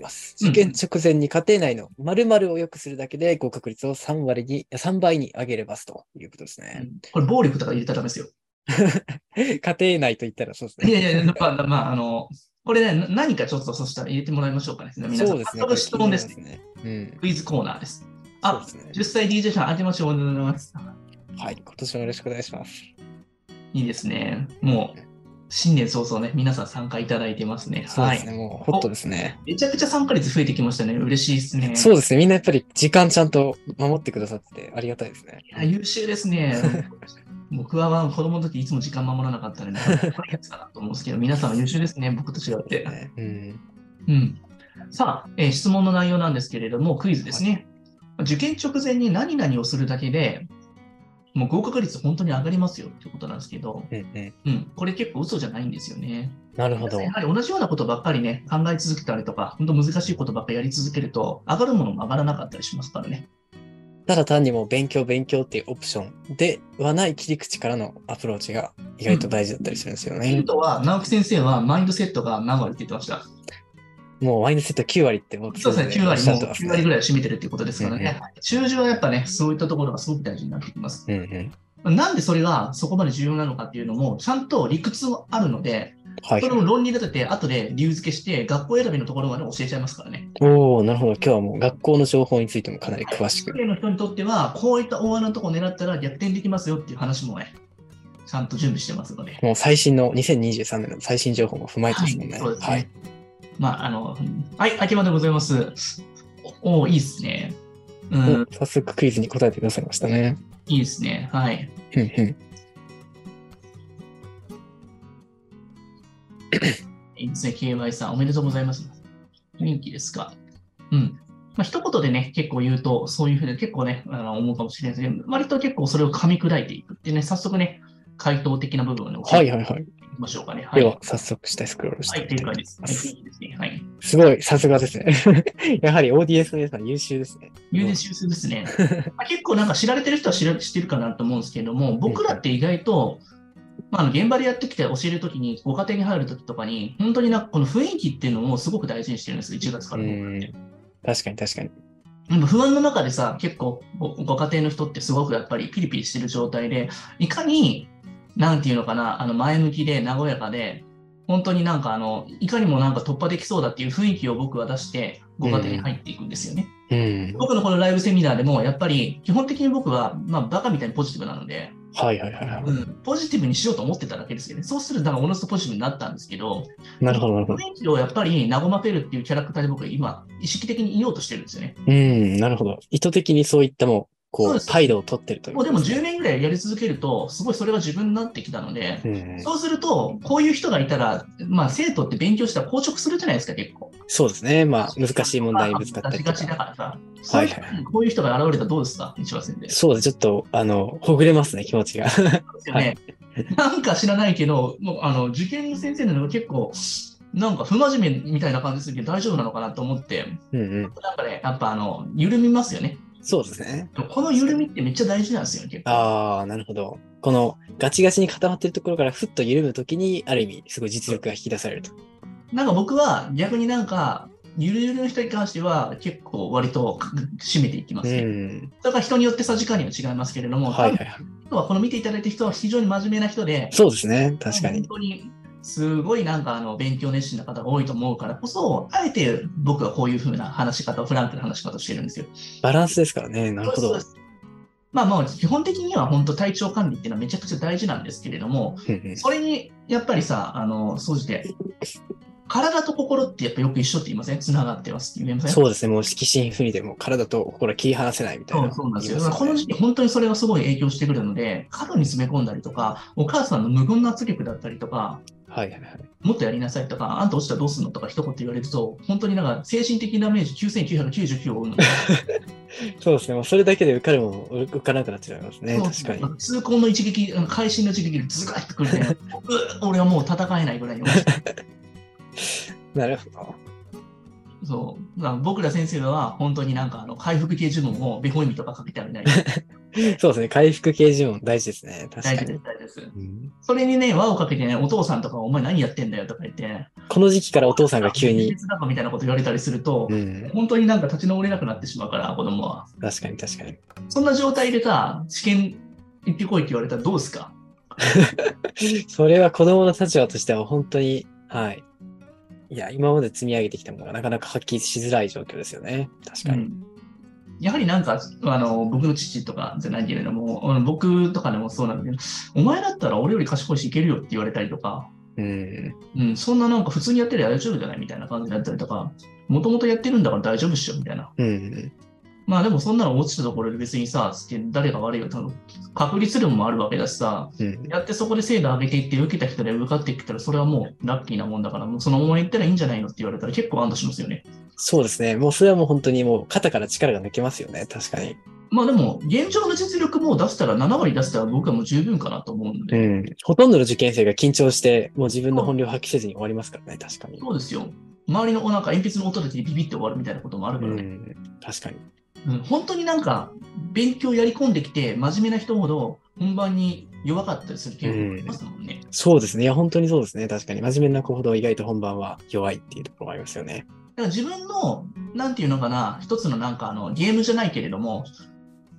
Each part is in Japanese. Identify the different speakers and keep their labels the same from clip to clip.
Speaker 1: ます。受験直前に家庭内の〇〇を良くするだけで合格率を3割に、3倍に上げれますということですね。うん、
Speaker 2: これ、暴力とか入れたらダメですよ。
Speaker 1: 家庭内と言ったらそうです
Speaker 2: ね。いやいや、まあ、まあ、あの、これね、何かちょっとそしたら入れてもらいましょうかね。皆さん、そうですね。質問ですね。うん、クイズコーナーです。あ、ね、10歳 DJ さん、あけましておめでとうございます。
Speaker 1: はい、今年もよろしくお願いします。
Speaker 2: いいですね。もう、新年早々ね、皆さん参加いただいてますね。
Speaker 1: そうですね、はい、もうホットですね。
Speaker 2: めちゃくちゃ参加率増えてきましたね。嬉しいですね。
Speaker 1: そうですね、みんなやっぱり時間ちゃんと守ってくださってて、ありがたいですね。
Speaker 2: いや、優秀ですね。 僕は子供の時いつも時間守らなかったので、怖いやつだなと思うんですけど、皆さんは優秀ですね、僕と違って。ね、うん、うん、さあ、えー、質問の内容なんですけれども、クイズですね。はい、受験直前に何々をするだけで、もう合格率本当に上がりますよってことなんですけど、うん、うんうん、これ結構嘘じゃないんですよね。
Speaker 1: なるほど。
Speaker 2: やはり同じようなことばっかりね、考え続けたりとか、本当難しいことばっかりやり続けると、上がるものも上がらなかったりしますからね。
Speaker 1: ただ単にも勉強勉強っていうオプションではない切り口からのアプローチが意外と大事だったりするんですよね。
Speaker 2: ヒ、うん、ントは、直樹先生はマインドセットが何割って言ってました
Speaker 1: もうマインドセット9割って
Speaker 2: 僕そうですね、9割、もう9割ぐらい占めてるっていうことですからね。中、う、旬、んうん、はやっぱね、そういったところがすごく大事になってきます。うんうん、なんでそれがそこまで重要なのかっていうのも、ちゃんと理屈はあるので、はい、それを論理立てて、後で理由付けして、学校選びのところまで教えちゃいますからね。
Speaker 1: おおなるほど。今日はもう学校の情報についてもかなり詳しく。
Speaker 2: の人にとっては、こういった大穴のところを狙ったら逆転できますよっていう話もね、ちゃんと準備してますので。
Speaker 1: もう最新の2023年の最新情報も踏まえてますもんね。
Speaker 2: はい、ねはい、まあ、あの、はい、秋までございます。おおいいっすね。
Speaker 1: うん、早速クイズに答えてくださいましたね。
Speaker 2: いいですね。はい。ふんふんいいですね、KY さん、おめでとうございます。元気ですか。うん。まあ、一言でね、結構言うと、そういうふうに結構ね、あの思うかもしれないですけど、割と結構それを噛み砕いていくってね、早速ね、回答的な部分をね、
Speaker 1: はいはいはい。
Speaker 2: いきましょうかね。
Speaker 1: はい、では、早速下スクロールして
Speaker 2: はい、正解です。はい、いいですね。はい。
Speaker 1: すごい、さすがですね。 やはり ODS の皆さん優秀ですね。
Speaker 2: 優秀ですね。まあ、結構なんか知られてる人は知ら知ってるかなと思うんですけども、僕らって意外と、まあ、現場でやってきて教えるときに、ご家庭に入るときとかに、本当になんかこの雰囲気っていうのをすごく大事にしてるんですよ、1月から
Speaker 1: 確かに確かに。
Speaker 2: 不安の中でさ、結構ご家庭の人ってすごくやっぱりピリピリしてる状態で、いかに、なんていうのかな、あの前向きで和やかで、本当になんかあの、いかにもなんか突破できそうだっていう雰囲気を僕は出して、ご家庭に入っていくんですよね。うん、僕のこのライブセミナーでも、やっぱり基本的に僕は、まあ、バカみたいにポジティブなので、、
Speaker 1: はいはいはい、はいうん
Speaker 2: ポジティブにしようと思ってただけですよね。そうすると、おのずとポジティブになったんですけど、
Speaker 1: なるほどなるほど。
Speaker 2: 雰囲気をやっぱり和ませるっていうキャラクターで僕は今、意識的にいようとしてるんですよね。
Speaker 1: うん、なるほど。意図的にそういったもう、こう態度を取ってるという
Speaker 2: で、ね。もうでも10年ぐらいやり続けると、すごいそれが自分になってきたので、うん、そうすると、こういう人がいたら、まあ、生徒って勉強したら硬直するじゃないですか、結構。
Speaker 1: そうですね。まあ、難しい問題ぶつかったり
Speaker 2: とか。だからさ。はいはい、こういう人が現れたらどうですか、西和先生。
Speaker 1: そうです。ちょっと、あの、ほぐれますね、気持ちが。 そう
Speaker 2: ですよね。なんか知らないけど、もう、あの、受験の先生なの結構、なんか不真面目みたいな感じするけど、大丈夫なのかなと思って、うんうん、なんかね、やっぱ、あの、緩みますよね。
Speaker 1: そうですね。
Speaker 2: この緩みってめっちゃ大事なんですよ、結
Speaker 1: 構。ああ、なるほど。このガチガチに固まってるところからふっと緩むときに、ある意味、すごい実力が引き出されると。
Speaker 2: なんか僕は逆になんか、ゆるゆるの人に関しては結構割と締めていきますね。うん、だから人によってさじ加減は違いますけれども、はいはいはい、今はこの見ていただいた人は非常に真面目な人で、
Speaker 1: そうですね、確かに。
Speaker 2: 本当にすごいなんかあの勉強熱心な方が多いと思うからこそ、あえて僕はこういうふうな話し方を、フランクな話し方をしてるんですよ。
Speaker 1: バランスですからね、なるほど。
Speaker 2: まあまあ、基本的には本当体調管理っていうのはめちゃくちゃ大事なんですけれども、それにやっぱりさ、あの、総じて、体と心ってやっぱよく一緒って言いませんつながってますって言いません
Speaker 1: そうですね、もう色心不利でも体と心は切り離せないみたいな、
Speaker 2: そうなんですよ。すね、この時期、本当にそれがすごい影響してくるので、過度に詰め込んだりとか、お母さんの無言の圧力だったりとか、
Speaker 1: はいはいはい、
Speaker 2: もっとやりなさいとか、あんた落ちたらどうすんのとか一言言われると、本当になんか精神的ダメージ9999を負うの
Speaker 1: そうですね、もうそれだけで受かるもの、受からなくなっちゃいますね、すね確か
Speaker 2: に。痛恨の一撃、会心の一撃でズカッとくる ね、う俺はもう戦えないぐらいに
Speaker 1: なるほど。
Speaker 2: そう僕ら先生は本当になんかあの回復系呪文をベホイミとかかけてあるみたいな。
Speaker 1: そうですね。回復形示音大事ですね。確か
Speaker 2: 大事で
Speaker 1: に
Speaker 2: す、。大事です。
Speaker 1: うん
Speaker 2: それにね、輪をかけてね、お父さんとか、お前何やってんだよとか言って、
Speaker 1: この時期からお父さんが急に。
Speaker 2: 別だかみたいなこと言われたりすると、
Speaker 1: うん。
Speaker 2: 本当になんか立ち直れなくなってしまうから、子供は。
Speaker 1: 確かに確かに。
Speaker 2: そんな状態でさ、試験行ってこいって言われたらどうすか
Speaker 1: それは子供の立場としては本当に、はい。いや、今まで積み上げてきたものがなかなか発揮しづらい状況ですよね。確か
Speaker 2: う
Speaker 1: に。
Speaker 2: んやはりなんかあの僕の父とかじゃないけれどもうん僕とかでもそうなんだけどお前だったら俺より賢いしいけるよって言われたりとか、
Speaker 1: うん。
Speaker 2: うん、そんななんか普通にやってりゃ大丈夫じゃないみたいな感じだったりとかもともとやってるんだから大丈夫っしょみたいな
Speaker 1: うん。
Speaker 2: まあでもそんなの落ちたところで別にさつって誰が悪いよ多分確率論もあるわけだしさ
Speaker 1: うん。
Speaker 2: やってそこで精度上げていって受けた人で受かっていったらそれはもうラッキーなもんだからもうそのまま行ったらいいんじゃないのって言われたら結構安堵しますよね
Speaker 1: そうですね。もうそれはもう本当にもう肩から力が抜けますよね。確かに。
Speaker 2: まあでも、現状の実力も出したら、7割出したら僕はもう十分かなと思うの
Speaker 1: う
Speaker 2: で、
Speaker 1: ん。ほとんどの受験生が緊張して、もう自分の本領を発揮せずに終わりますからね。確かに。
Speaker 2: そうですよ。周りのなんか鉛筆の音だけでビビって終わるみたいなこともある
Speaker 1: う
Speaker 2: からね。
Speaker 1: ん。確かに。
Speaker 2: うん本当になんか、勉強やり込んできて、真面目な人ほど本番に弱かったりする傾向がありますもんね。
Speaker 1: そうですね。いや、本当にそうですね。確かに。真面目な子ほど意外と本番は弱いっていうところがありますよね。
Speaker 2: だから自分の、なんていうのかな、一つのなんかあのゲームじゃないけれども、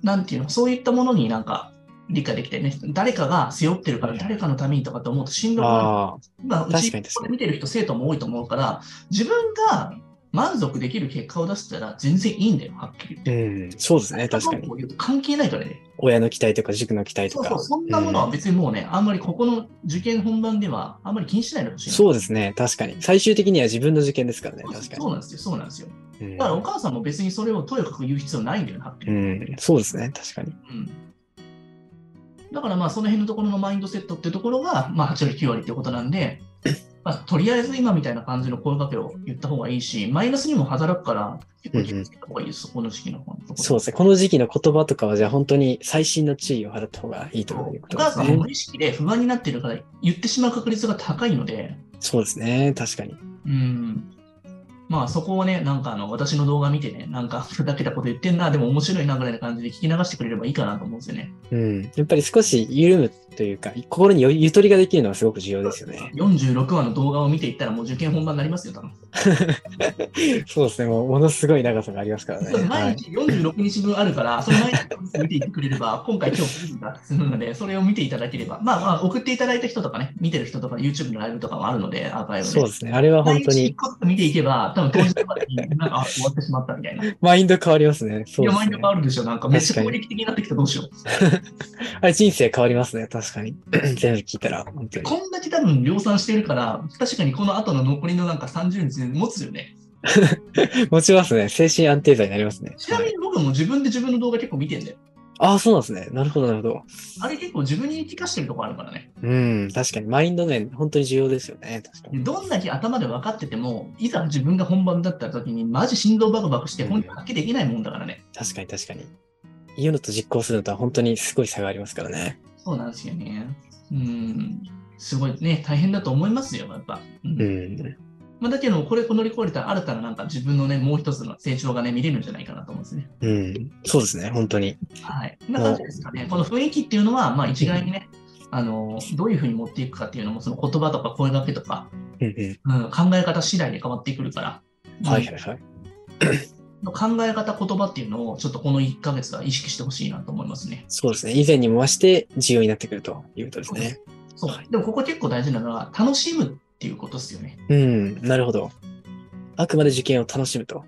Speaker 2: なんていうの、そういったものになんか理解できてね、誰かが背負ってるから誰かのためにとかって思うとしんどくなる
Speaker 1: あ
Speaker 2: まあ、う
Speaker 1: 確
Speaker 2: ち
Speaker 1: かに確
Speaker 2: こ
Speaker 1: かに
Speaker 2: れ見てる人、生徒も多いと思うから、自分が満足できる結果を出したら全然いいんだよ、はっきり言って。
Speaker 1: あ。うん。そうですね。確かに
Speaker 2: こ。ういうと関係ないからね。
Speaker 1: 親の期待とか塾の期待と
Speaker 2: そう
Speaker 1: か。
Speaker 2: そう、そんなものは別にもうね、あんまりここの受験本番ではあんまり気にしないでほしいな。
Speaker 1: そうですね、確かに。最終的には自分の受験ですからね、
Speaker 2: そう
Speaker 1: 確か
Speaker 2: そうなんですよ、そうなんですよ。
Speaker 1: に。うん
Speaker 2: だからお母さんも別にそれをとやかく言う必要ないんだよ、はっきり
Speaker 1: う
Speaker 2: 言って。
Speaker 1: ん、そうですね、確かに。
Speaker 2: うんだからまあその辺のところのマインドセットっていうところが、まあ、8割9割っていうことな んで、まあ、とりあえず今みたいな感じの声かけを言った方がいいしマイナスにも働くから結構気をつけた方がいいです、この時期のところ
Speaker 1: そうですね、この時期の言葉とかは、じゃあ本当に細心の注意を払った方がいいというこ
Speaker 2: お
Speaker 1: とで
Speaker 2: 母
Speaker 1: す
Speaker 2: さんも
Speaker 1: ね
Speaker 2: 無。意識で不安になってるから言ってしまう確率が高いので、
Speaker 1: そうですね、確かに。
Speaker 2: うん、まあそこをね、なんかあの私の動画見てね、なんかふざけたこと言ってんな、でも面白いなぐらいな感じで聞き流してくれればいいかなと思うんですよね。
Speaker 1: うん、やっぱり少し緩むというか、心にゆゆとりができるのはすごく重要ですよね。
Speaker 2: 46話の動画を見ていったらもう受験本番になりますよ、多分。
Speaker 1: そうですね、もうものすごい長さがありますからね。は
Speaker 2: 毎
Speaker 1: い、
Speaker 2: 日46日分あるから、その毎日見ていってくれれば、 今回今日9が済むので、それを見ていただければ、まあまあ、送っていただいた人とかね、見てる人とか、YouTube のライブとかもあるので、アーカイブ
Speaker 1: そうですね、あれは本当
Speaker 2: 毎日一
Speaker 1: に
Speaker 2: 個ずつ見ていけば、多分当日とかになんかあ終わってしまったみたいな。い
Speaker 1: マインド変わりますね。そう
Speaker 2: や、
Speaker 1: です
Speaker 2: マイン
Speaker 1: ね
Speaker 2: ド。があるでしょ、なんかめっちゃ攻撃的になってきたらどうしよう。
Speaker 1: あれ人生変わりますね、確かに。 全部聞いたら、本当に。
Speaker 2: こんだけ多分量産してるから、確かにこの後の残りのなんか30日で持つよね。
Speaker 1: 持ちますね、精神安定剤になりますね。
Speaker 2: ちなみに僕も自分で自分の動画結構見てんだよ。
Speaker 1: ああ、そうなんですね。なるほど、なるほど。
Speaker 2: あれ結構自分に聞かしてるとこあるからね。
Speaker 1: うん、確かに。マインド面、本当に重要ですよね。確かに。
Speaker 2: どんだけ頭で分かってても、いざ自分が本番だった時に、マジ振動バクバクして、本当に発揮できないもんだからね。
Speaker 1: 確かに、確かに。言うのと実行するのとは本当にすごい差がありますからね。
Speaker 2: そうなんですよね。うん。すごいね、大変だと思いますよ、やっぱ。うん
Speaker 1: うん。
Speaker 2: まあ、だけど、これを乗り越えたら新たななんか自分のね、もう一つの成長がね、見れるんじゃないかなと思うんですね。
Speaker 1: うん。そうですね、本当に。
Speaker 2: はい。こんな感じですかね。この雰囲気っていうのは、まあ一概にね、あの、どういうふうに持っていくかっていうのも、その言葉とか声掛けとか、
Speaker 1: うんう
Speaker 2: うん、考え方次第で変わってくるから。
Speaker 1: ん。はいはいはい。
Speaker 2: の考え方、言葉っていうのを、ちょっとこの1ヶ月は意識してほしいなと思いますね。
Speaker 1: そうですね。以前にも増して重要になってくるということですね。
Speaker 2: そう
Speaker 1: は
Speaker 2: でも、ここ結構大事なのは、楽しむっていうことですよね。
Speaker 1: うん、なるほど。あくまで受験を楽しむと。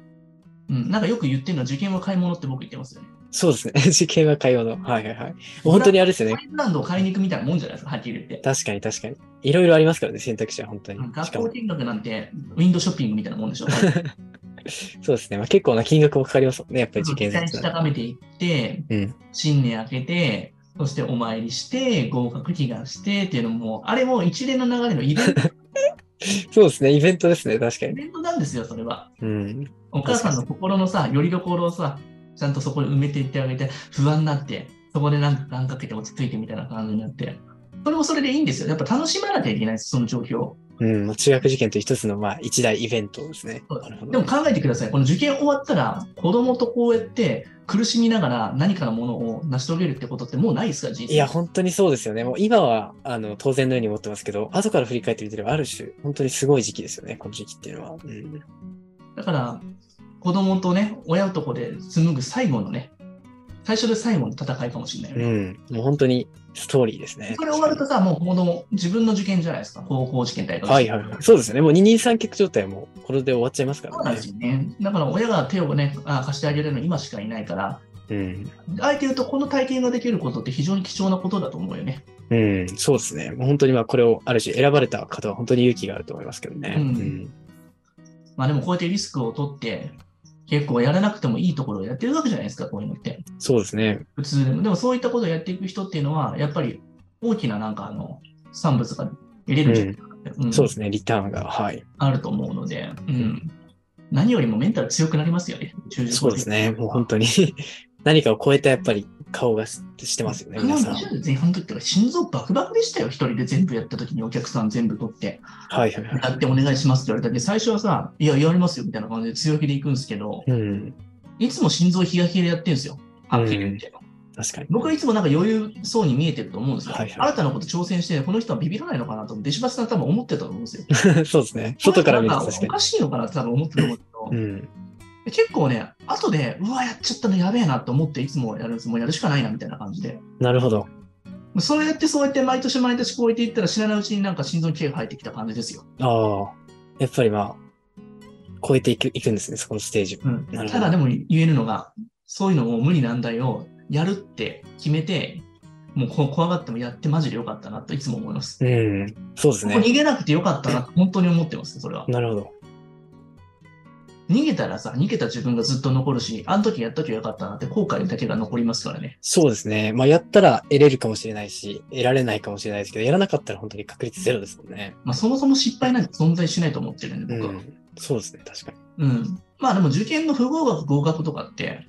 Speaker 2: うん、なんかよく言ってるのは、受験は買い物って僕言ってますよね。
Speaker 1: そうですね。 受験は会話の。はいはいはい。もう本当にあれですよ
Speaker 2: ハ
Speaker 1: ね。
Speaker 2: イブランドを買いに行くみたいなもんじゃないですか、はっきり言って。
Speaker 1: 確かに確かに。いろいろありますからね、選択肢は本当に
Speaker 2: うん。
Speaker 1: し
Speaker 2: 学
Speaker 1: か
Speaker 2: 校
Speaker 1: も、
Speaker 2: 見学なんて、ウィンドウショッピングみたいなもんでしょ。
Speaker 1: そうですね。まあ、結構な金額もかかりますもんね、やっぱり受験
Speaker 2: 期待
Speaker 1: 生
Speaker 2: し高めていって、
Speaker 1: うん
Speaker 2: 新年明けて、そしてお参りして、合格祈願してっていうのも、あれも一連の流れのイベント
Speaker 1: そうですね、イベントですね、確か
Speaker 2: イ
Speaker 1: に。
Speaker 2: ベントなん ですよ、それは。
Speaker 1: うん。
Speaker 2: お母さんの心のさ、よりどころをさ、ちゃんとそこで埋めていってあげて、不安になって、そこでなんか願かけて落ち着いてみたいな感じになって、それもそれでいいんですよ。やっぱ楽しまなきゃいけないです、その状況。
Speaker 1: うん、まあ中学受験という一つの、まあ、一大イベントですね。なるほ
Speaker 2: で
Speaker 1: ど
Speaker 2: も。考えてください。この受験終わったら、子供とこうやって、苦しみながら何かのものを成し遂げるってことってもうないですか、人生。
Speaker 1: いや、本当にそうですよね。もう今は、あの、当然のように思ってますけど、後から振り返ってみてれば、ある種、本当にすごい時期ですよね、この時期っていうのは。うん、
Speaker 2: だから、子供とね、親と子で紡ぐ最後のね、最初で最後の戦いかもしれないよね。
Speaker 1: うん、もう本当にストーリーですね。
Speaker 2: それ終わるとさ、もう子供、自分の受験じゃないですか、高校受験大学
Speaker 1: はいはいはい。そうですね、もう二人三脚状態もこれで終わっちゃいますからね。
Speaker 2: そうなんですよね。だから親が手をね、あ貸してあげるの今しかいないから、
Speaker 1: うん、
Speaker 2: あえて言うと、この体験ができることって非常に貴重なことだと思うよね。
Speaker 1: うん、そうですね。本当にまあこれをある種選ばれた方は本当に勇気があると思いますけどね。
Speaker 2: うん、うんまあでもこうやってリスクを取って、結構やらなくてもいいところをやってるわけじゃないですか、こういうのって。
Speaker 1: そうですね。
Speaker 2: 普通でも。でもそういったことをやっていく人っていうのは、やっぱり大きななんかあの、産物が得れるんじゃないかなって、
Speaker 1: うんうん、そうですね、リターンが、はい。
Speaker 2: あると思うので、うん。何よりもメンタル強くなりますよね、
Speaker 1: そうですね、もう本当に 何かを超えたやっぱり顔がしてますよね、皆さん。
Speaker 2: 前半の時から心臓バクバクでしたよ、一人で全部やった時にお客さん全部取って、
Speaker 1: はいはいはい。
Speaker 2: やってお願いしますって言われたけど、最初はさ、いや、やりますよみたいな感じで強気でいくんですけど、
Speaker 1: うん、
Speaker 2: いつも心臓日焼けでやってるんですよ、はっきり言って。
Speaker 1: 確かに
Speaker 2: 僕はいつもなんか余裕そうに見えてると思うんですよ。はいはい、新たなこと挑戦して、この人はビビらないのかなと思って、柴田さん多分思ってたと思うんですよ。
Speaker 1: そうですね。外から見ると
Speaker 2: おかしいのかなって多分思ってたと思うけど、
Speaker 1: うん
Speaker 2: 結構ね、後で、うわ、やっちゃったのやべえなと思って、いつもやるんです。もうやるしかないな、みたいな感じで。
Speaker 1: なるほど。
Speaker 2: そうやって、そうやって、毎年毎年こうやっていったら、知らないうちになんか心臓に毛が生えてきた感じですよ。
Speaker 1: ああ。やっぱりまあ、超えていくいくんですね、そこのステージを。
Speaker 2: うん、ただでも言えるのが、そういうのも無理難題をやるって決めて、もう怖がってもやってマジでよかったなといつも思います。
Speaker 1: うん、そうですね。
Speaker 2: 逃げなくてよかったな本当に思ってます、それは。
Speaker 1: なるほど。
Speaker 2: 逃げたらさ、逃げた自分がずっと残るし、あの時やっときゃよかったなって後悔だけが残りますからね。
Speaker 1: そうですね。まあ、やったら得れるかもしれないし、得られないかもしれないですけど、やらなかったら本当に確率ゼロですもんね。。
Speaker 2: まあ、そもそも失敗なんて存在しないと思ってるんで、僕は、うん
Speaker 1: そうですね、確か
Speaker 2: に。うん。まあ、でも受験の不合格、合格とかって、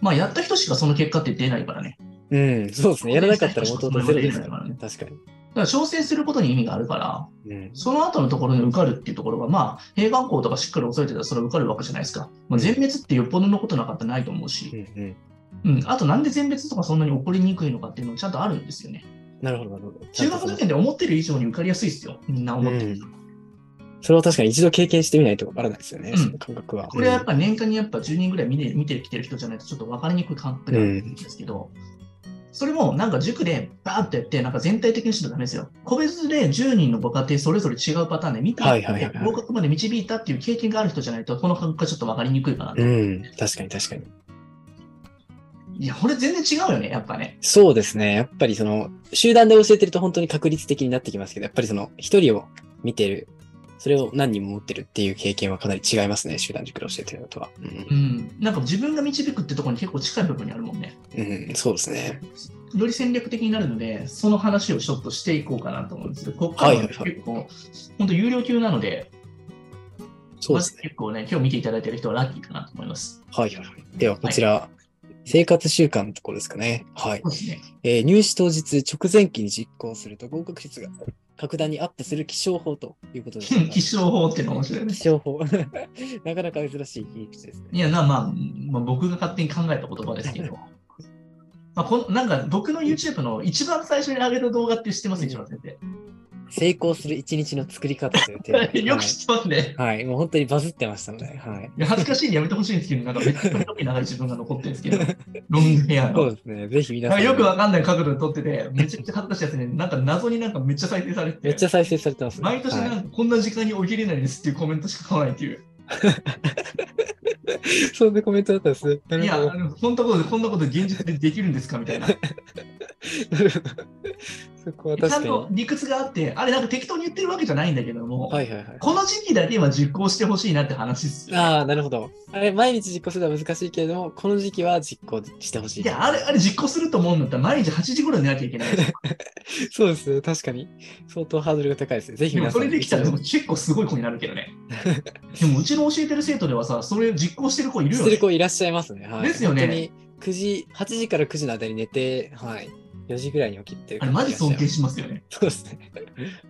Speaker 2: まあ、やった人しかその結果って出ないからね。
Speaker 1: うん、そうですね。やらなかったら元々ゼロですからね。確かに。
Speaker 2: だから挑戦することに意味があるから、
Speaker 1: うん、
Speaker 2: その後のところに受かるっていうところは、まあ、閉眼校とかしっかり抑えてたらそれは受かるわけじゃないですか。まあ、全滅ってよっぽどのことなかったらないと思う
Speaker 1: し、
Speaker 2: うん、うんうん、あとなんで全滅とかそんなに起こりにくいのかっていうのもちゃんとあるんですよね。
Speaker 1: なるほど、なるほど。
Speaker 2: 中学受験で思ってる以上に受かりやすいですよ、みんな思ってる。
Speaker 1: それは確かに一度経験してみないと分からないですよね、その感覚は。
Speaker 2: これはやっぱ年間にやっぱ10人ぐらい見て見てきてる人じゃないとちょっと分かりにくい感覚なんですけど、それもなんか塾でバーってやって、なんか全体的にしちゃダメですよ。個別で10人のご家庭それぞれ違うパターンで見た、
Speaker 1: はいはいはいはい、
Speaker 2: 合格まで導いたっていう経験がある人じゃないと、この感覚がちょっと分かりにくいかな
Speaker 1: うん、確かに確かに。
Speaker 2: いや、これ全然違うよね、やっぱね。
Speaker 1: そうですね。やっぱりその、集団で教えてると本当に確率的になってきますけど、やっぱりその、一人を見てる、それを何人も持ってるっていう経験はかなり違いますね、集団塾で教えてるのとは。
Speaker 2: うん、うん、なんか自分が導くってところに結構近い部分にあるもんね。
Speaker 1: うん、そうですね。
Speaker 2: より戦略的になるので、その話をちょっとしていこうかなと思うんですけど、ここからは結構、はいはいはい、本当、有料級なので、
Speaker 1: そうですね。
Speaker 2: 結構ね、今日見ていただいてる人はラッキーかなと思います。
Speaker 1: はいはいはい。では、こちら。はい生活習慣のところですかね。はい。
Speaker 2: ね、
Speaker 1: えー、入試当日直前期に実行すると合格率が格段にアップする気象法ということです。
Speaker 2: 気象法っての面白いね。
Speaker 1: 気象法。 なかなか珍しい切り口ですね。
Speaker 2: いやな、まあ、まあ、僕が勝手に考えた言葉ですけ ど。まあ、こなんか僕の YouTube の一番最初に上げた動画って知ってます、一番先生。
Speaker 1: 成功する一日の作り方という
Speaker 2: テーマ で。よく知ってますね、、
Speaker 1: はい。はい。もう本当にバズってましたので。はい
Speaker 2: い恥ずかしいんでやめてほしいんですけど、なんかめっちゃ時長い自分が残ってるんです けど、ロングヘアの。
Speaker 1: そうですね。ぜひ皆さん。ん
Speaker 2: よくわかんない角度で撮ってて、めちゃくちゃ恥ずかしいやつね。なんか謎になんかめっちゃ再生されて。
Speaker 1: めっちゃ再生されてます、
Speaker 2: ね、毎年なんかこんな時間に起きれないですっていうコメントしか買わないっていう。
Speaker 1: そんなコメントだったんです
Speaker 2: ね。いや、こんなこと、こんなこと現実でできるんですかみ たいな。
Speaker 1: そこは確
Speaker 2: かにちゃんと理屈があって、あれなんか適当に言ってるわけじゃないんだけども、
Speaker 1: はいはいはい、
Speaker 2: この時期だけは実行してほしいなって話っす、
Speaker 1: ね。ああ、なるほど。あれ、毎日実行するのは難しいけれども、この時期は実行してほしい。
Speaker 2: いや、あれ、あれ実行すると思うんだったら、毎日8時頃寝なき ゃいけない。
Speaker 1: そうですね、確かに。相当ハードルが高いですね。ぜひ皆
Speaker 2: さん。それできたら結構すごい子になるけど ね。でも、うちの教えてる生徒ではさ、それ実行してる子いるよね。、
Speaker 1: してる子いらっしゃいますね。はい
Speaker 2: ですよね。
Speaker 1: 9時、8時から9時の間に寝て、はい。4時ぐらいに起きて
Speaker 2: あれ、マジ尊敬しますよね。
Speaker 1: そうですね。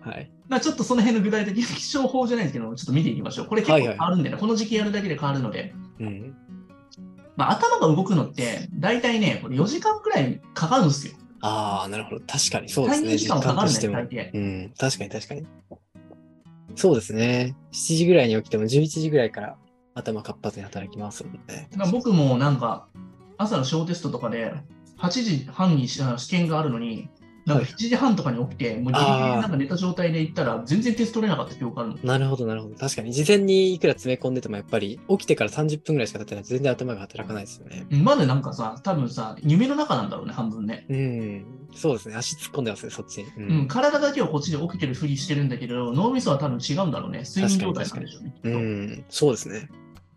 Speaker 1: はい。
Speaker 2: まあちょっとその辺の具体的な気象法じゃないですけど、ちょっと見ていきましょう。これ結構変わるんでね、はいはい、この時期やるだけで変わるので。
Speaker 1: うん、
Speaker 2: まあ、頭が動くのって、大体ね、これ4時間くらいかかるんですよ。
Speaker 1: ああ、なるほど。確かにそうで
Speaker 2: 退
Speaker 1: す
Speaker 2: 任
Speaker 1: ね。
Speaker 2: 時
Speaker 1: 時
Speaker 2: 間もか
Speaker 1: 間
Speaker 2: か
Speaker 1: と
Speaker 2: る
Speaker 1: して
Speaker 2: ね、
Speaker 1: も
Speaker 2: 大。抵。
Speaker 1: うん、確かに確かに。そうですね。7時ぐらいに起きても11時ぐらいから頭活発に働きますもんね。
Speaker 2: だから僕もなんか、朝の小テストとかで、8時半にしあの試験があるのに、なんか
Speaker 1: はい
Speaker 2: 7時半とかに起きて、もうギリギリ
Speaker 1: あー
Speaker 2: なんか寝た状態で行ったら、全然テスト取れなかった記憶あるの。
Speaker 1: なるほど、なるほど。確かに、事前にいくら詰め込んでても、やっぱり起きてから30分ぐらいしか経ってないと全然頭が働かないですよね。
Speaker 2: まだなんかさ、多分さ、夢の中なんだろうね、半分ね。
Speaker 1: うん、そうですね。足突っ込んでますね、そっちに。う
Speaker 2: うん、体だけはこっちで起きてるふりしてるんだけど、脳みそは多分違うんだろうね。睡眠状態なんでしょうね。
Speaker 1: う
Speaker 2: きっ
Speaker 1: ん、そうですね。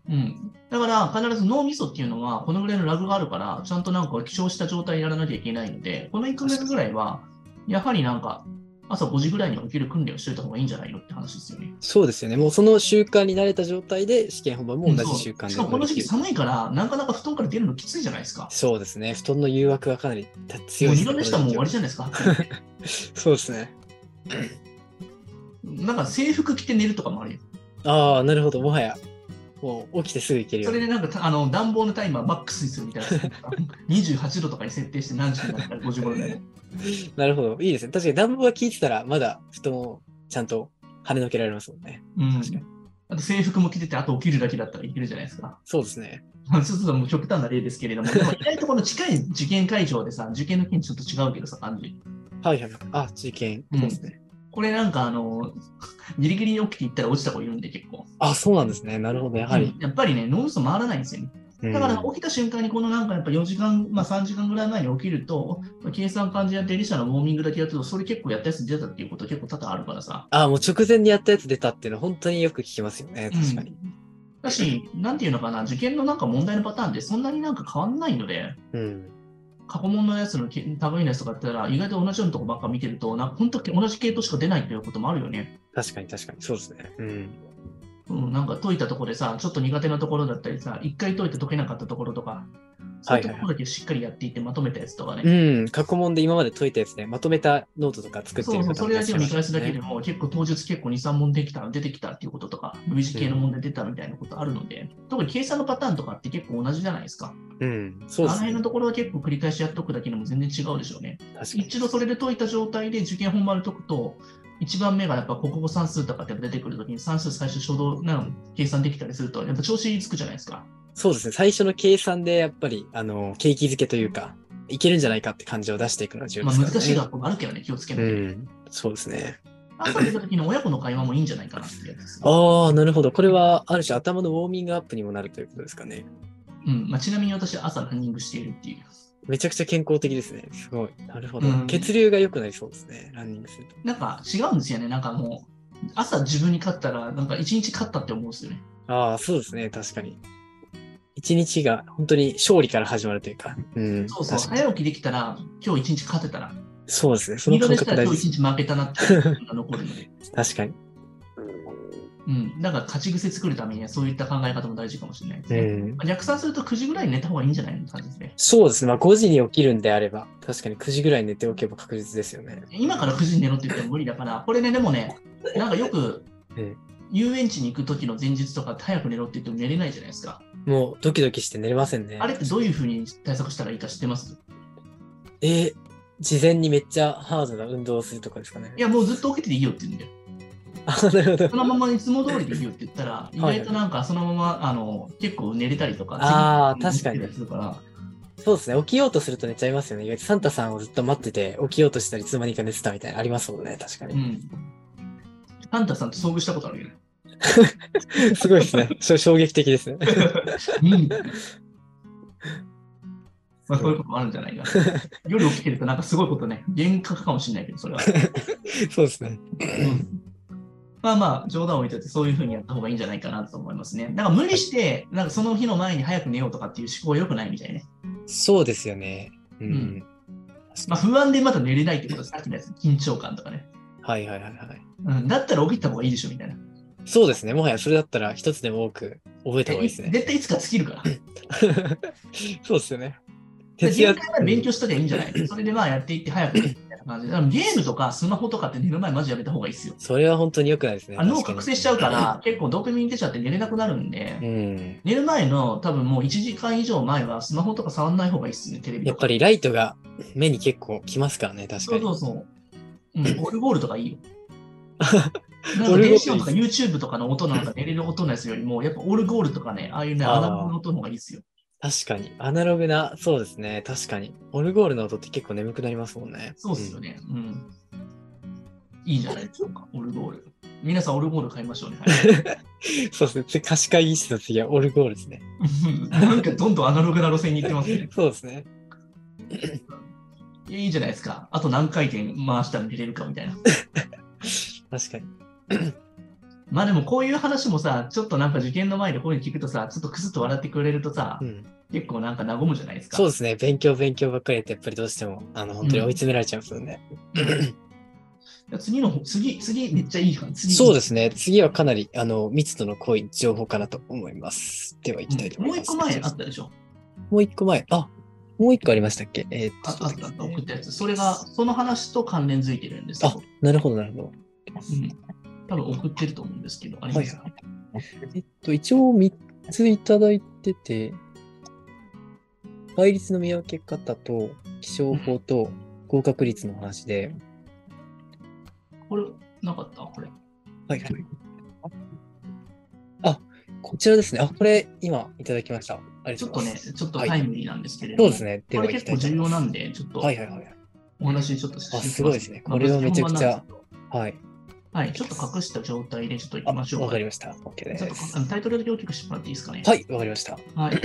Speaker 2: とうん。だから、必ず脳みそっていうのは、このぐらいのラグがあるから、ちゃんとなんか起床した状態でやらなきゃいけないので、この1ヶ月ぐらいは、やはりなんか、朝5時ぐらいに起きる訓練をしておいた方がいいんじゃないのって話ですよね。
Speaker 1: そうですよね。もうその習慣に慣れた状態で、試験本番も同じ習慣
Speaker 2: うんそう
Speaker 1: で
Speaker 2: しかもこの時期
Speaker 1: 乗り切る
Speaker 2: 寒いから、なかなか布団から出るのきついじゃないですか。
Speaker 1: そうですね。布団の誘惑はかなり強い
Speaker 2: も
Speaker 1: うです
Speaker 2: 二
Speaker 1: ね
Speaker 2: 度寝したらもう終わりじゃな いですか。
Speaker 1: そうですね。
Speaker 2: なんか制服着て寝るとかもあるよ。
Speaker 1: ああ、なるほど。もはや、もう起きてすぐ行けるよ
Speaker 2: そうれ
Speaker 1: に。
Speaker 2: でなんかたあの暖房のタイマーマックスにする みたいな。28度とかに設定して何時になったら55度だよ。
Speaker 1: なるほど。いいですね。確かに暖房が効いてたら、まだ布団をちゃんと跳ねのけられますもんね。
Speaker 2: うん
Speaker 1: 確かに。
Speaker 2: あと制服も着てて、あと起きるだけだったらいけるじゃないですか。
Speaker 1: そうですね。
Speaker 2: まあちょっともう極端な例ですけれ ども、でも意外とこの近い受験会場でさ、受験の日にちょっと違うけどさ、感じ。
Speaker 1: はいはい。あ、受験。
Speaker 2: うん
Speaker 1: そうですね。
Speaker 2: これなんかあの、ギリギリに起きていったら落ちた子いるんで結構。
Speaker 1: あ、そうなんですね。なるほど。やはり。
Speaker 2: うんやっぱりね、脳みそ回らないんですよね。だから
Speaker 1: うん
Speaker 2: 起きた瞬間にこのなんかやっぱ4時間、まあ3時間ぐらい前に起きると、まあ計算漢字やデリシャのウォーミングだけやってると、それ結構やったやつ出たっていうこと結構多々あるからさ。
Speaker 1: あ、もう直前にやったやつ出たっていうの、本当によく聞きますよね。確か
Speaker 2: う
Speaker 1: に。
Speaker 2: んだし、なんていうのかな、受験のなんか問題のパターンってそんなになんか変わんないので、
Speaker 1: うん。
Speaker 2: 過去問のやつのけ類のやつとかやったら、意外と同じようなとこばっか見てると、なんか本当同じ系統しか出ないということもあるよね。
Speaker 1: 確かに確かに。そうですね。うん。
Speaker 2: うん、なんか解いたところでさ、ちょっと苦手なところだったりさ、一回解いて解けなかったところとか、そういうところだけしっかりやっていってまとめたやつとかね。
Speaker 1: うん。過去問で今まで解いたやつね、まとめたノートとか作って
Speaker 2: そう
Speaker 1: る
Speaker 2: そ
Speaker 1: 方
Speaker 2: う、それだけを見返すだけで
Speaker 1: も
Speaker 2: も、結構当日結構2、3問できた、出てきたっていうこととか、類似系の問題出たみたいなことあるので、特に計算のパターンとかって結構同じじゃないですか。
Speaker 1: いらっしゃいますね。うん。そうで
Speaker 2: あの
Speaker 1: す
Speaker 2: 辺
Speaker 1: ね
Speaker 2: の。ところは結構繰り返しやっとくだけでも全然違うでしょうね。
Speaker 1: 確かに。
Speaker 2: 一度それで解いた状態で受験本番で解くと、1番目がやっぱ国語算数とかってやっぱ出てくるときに算数最初初動なの計算できたりすると、やっぱ調子つくじゃないですか。
Speaker 1: そうですね。最初の計算で、やっぱり、あの、景気づけというか、いけるんじゃないかって感じを出していくのが重要
Speaker 2: ま
Speaker 1: で
Speaker 2: あ
Speaker 1: すから
Speaker 2: 難
Speaker 1: ね。
Speaker 2: しい学校もあるけどね、気をつけな
Speaker 1: う
Speaker 2: きゃ。
Speaker 1: ん。そうですね。
Speaker 2: 朝出たときの親子の会話もいいんじゃないかなってやつですね
Speaker 1: ああ、なるほど。これは、ある種頭のウォーミングアップにもなるということですかね。
Speaker 2: うんまあ、ちなみに私は朝ランニングしているっていう。
Speaker 1: めちゃくちゃ健康的ですね。すごい。なるほど。
Speaker 2: うん
Speaker 1: 血流が良くなりそうですね。ランニングすると。
Speaker 2: なんか違うんですよね。なんかもう、朝自分に勝ったら、なんか一日勝ったって思うんですよね。
Speaker 1: ああ、そうですね。確かに。一日が本当に勝利から始まるというか。うん。
Speaker 2: そうそう。
Speaker 1: 確かに
Speaker 2: 早起きできたら、今日一日勝てたら、
Speaker 1: そうですね。そ
Speaker 2: 二
Speaker 1: の
Speaker 2: 度
Speaker 1: 感
Speaker 2: でした
Speaker 1: 覚大
Speaker 2: ら
Speaker 1: 事で
Speaker 2: 今日
Speaker 1: す。
Speaker 2: 一日負けたなっていうのが残るので。
Speaker 1: 確かに。
Speaker 2: うん。だから勝ち癖作るためには、そういった考え方も大事かもしれないです
Speaker 1: う
Speaker 2: ね。
Speaker 1: ん。
Speaker 2: まあ逆算すると9時ぐらいに寝た方がいいんじゃないのって感じですね。
Speaker 1: そうですね。まあ5時に起きるんであれば、確かに9時ぐらいに寝ておけば確実ですよね。
Speaker 2: 今から9時に寝ろって言っても無理だから、これね、で もね、なんかよく
Speaker 1: うん、
Speaker 2: 遊園地に行く時の前日とかって早く寝ろって言っても寝れないじゃないですか。
Speaker 1: もうドキドキして寝れませんね。
Speaker 2: あれってどういうふうに対策したらいいか知ってます
Speaker 1: えー事前にめっちゃハードな運動をするとかですかね。
Speaker 2: いや、もうずっと起きてていいよって言うんだよ。
Speaker 1: あ、なるほど
Speaker 2: そ。のままいつも通りでいいよって言ったら、意
Speaker 1: はい
Speaker 2: 外となんかそのままあの結構寝れたりとか、
Speaker 1: あー
Speaker 2: 次の
Speaker 1: 確
Speaker 2: 日
Speaker 1: か
Speaker 2: 寝てたりするから
Speaker 1: そうですね。起きようとすると寝ちゃいますよね。意外とサンタさんをずっと待ってて、起きようとしたり、いつの間にか寝てたみたいなのありますもんね。確か
Speaker 2: う
Speaker 1: に。
Speaker 2: ん。サンタさんと遭遇したことあ るよね。
Speaker 1: すごいですね。しょ衝撃的ですね。
Speaker 2: うん。まあ、そういうこともあるんじゃないかな。 夜起きてるとなんかすごいことね、幻覚かもしれないけど、それは。
Speaker 1: そうですね。
Speaker 2: うんまあまあ、冗談を置いといて、そういうふうにやった方がいいんじゃないかなと思いますね。なんか無理して、なんかその日の前に早く寝ようとかっていう思考は良くないみたいね。
Speaker 1: そうですよね。うん。
Speaker 2: うんまあ、不安でまだ寝れないってことです、さっきのやつ、緊張感とかね。
Speaker 1: はいはいはいはい。
Speaker 2: うん、だったら起きた方がいいでしょみたいな。
Speaker 1: そうですね。もはやそれだったら一つでも多く覚えた方がいいですね。
Speaker 2: 絶対いつか尽きるから。
Speaker 1: そうですよね。
Speaker 2: 限界まで勉
Speaker 1: 強
Speaker 2: 強しときゃいいんじゃないそれでまあやっていって早くみたいな感じで。だからゲームとかスマホとかって寝る前マジやめた方がいいですよ。
Speaker 1: それは本当に良くないですね。
Speaker 2: あ脳覚醒しちゃうから、結構ドーピミン出ちゃって寝れなくなるんで、
Speaker 1: うん。
Speaker 2: 寝る前の多分もう1時間以上前はスマホとか触んない方がいいですね、テレビ
Speaker 1: や
Speaker 2: と
Speaker 1: っ
Speaker 2: か。
Speaker 1: ぱりライトが目に結構きますからね、確か
Speaker 2: そう
Speaker 1: に。
Speaker 2: そうそう。 うん、オルゴールとかいいよ。
Speaker 1: ル
Speaker 2: な
Speaker 1: ゴー
Speaker 2: んか
Speaker 1: ル
Speaker 2: 電子音とか YouTube とかの音なんか寝れる音のやつよりも、やっぱオルゴールとかね、ああいうね、
Speaker 1: あー
Speaker 2: アナログの音の方がいいですよ。
Speaker 1: 確かに。アナログな、そうですね。確かに。オルゴールの音って結構眠くなりますもんね。
Speaker 2: そうっすよね。うん。いいんじゃないでしょうか、オルゴール。皆さんオルゴール買いま しょうね。はい
Speaker 1: うん。そうですねつ。貸し会議室の次はオルゴールですね。
Speaker 2: うんなんかどんどんアナログな路線に行ってますね。
Speaker 1: そうですね。
Speaker 2: いやいいじゃないですか。あと何回転回したら寝れるかみたいな。
Speaker 1: 確かに。
Speaker 2: まあでもこういう話もさ、ちょっとなんか受験の前でこういうの聞くとさ、ちょっとクスッと笑ってくれるとさ、
Speaker 1: うん。
Speaker 2: 結構なんか和むじゃないですか。
Speaker 1: そうですね。勉強勉強ばっかりやって、やっぱりどうしても、あの、本当に追い詰められちゃいますよね。
Speaker 2: うん次の、次、次めっちゃいい話。次
Speaker 1: そうですね。次はかなり、あの、密度の濃い情報かなと思います。では、行きたいと
Speaker 2: うんも
Speaker 1: 思
Speaker 2: う
Speaker 1: いま
Speaker 2: 一
Speaker 1: す。
Speaker 2: 個前あったでしょ。
Speaker 1: もう一個前。あ、もう一個ありましたっけえーっと、
Speaker 2: ああったあった、
Speaker 1: そうで
Speaker 2: 送
Speaker 1: す
Speaker 2: っ
Speaker 1: ね
Speaker 2: たやつ。それが、その話と関連づいてるんですけど、
Speaker 1: なるほど、なるほど。
Speaker 2: うん、多分送ってると思うんですけど、ありますか、
Speaker 1: えっと、一応3ついただいてて、倍率の見分け方と、気象法と合格率の話で、
Speaker 2: これ、なかったこれ。
Speaker 1: はいはい。あ、こちらですね。あ、これ、今いただきました。ありが
Speaker 2: ち
Speaker 1: と
Speaker 2: ょ
Speaker 1: う
Speaker 2: っ
Speaker 1: ござ
Speaker 2: と
Speaker 1: い
Speaker 2: ね、
Speaker 1: ます。
Speaker 2: ちょっとタイムリーなんですけれ
Speaker 1: そ
Speaker 2: ども、
Speaker 1: うですね。で
Speaker 2: こ
Speaker 1: は
Speaker 2: れ
Speaker 1: 行き
Speaker 2: 結
Speaker 1: たい
Speaker 2: 構
Speaker 1: と
Speaker 2: 重
Speaker 1: 思いま
Speaker 2: 要
Speaker 1: す
Speaker 2: なんで、ちょっと
Speaker 1: はいはいはいはい。
Speaker 2: お話ちょっとして
Speaker 1: あすごいですねこれはめちゃくちゃ。はい。
Speaker 2: はい、ちょっと隠した状態でちょっと行
Speaker 1: あ
Speaker 2: きましょう
Speaker 1: わかり
Speaker 2: ま
Speaker 1: ました。OK で
Speaker 2: ちょっと
Speaker 1: す
Speaker 2: あ。のタイトルだけ大きくしてもらっていいですかね。
Speaker 1: はい、わかりました。
Speaker 2: はい。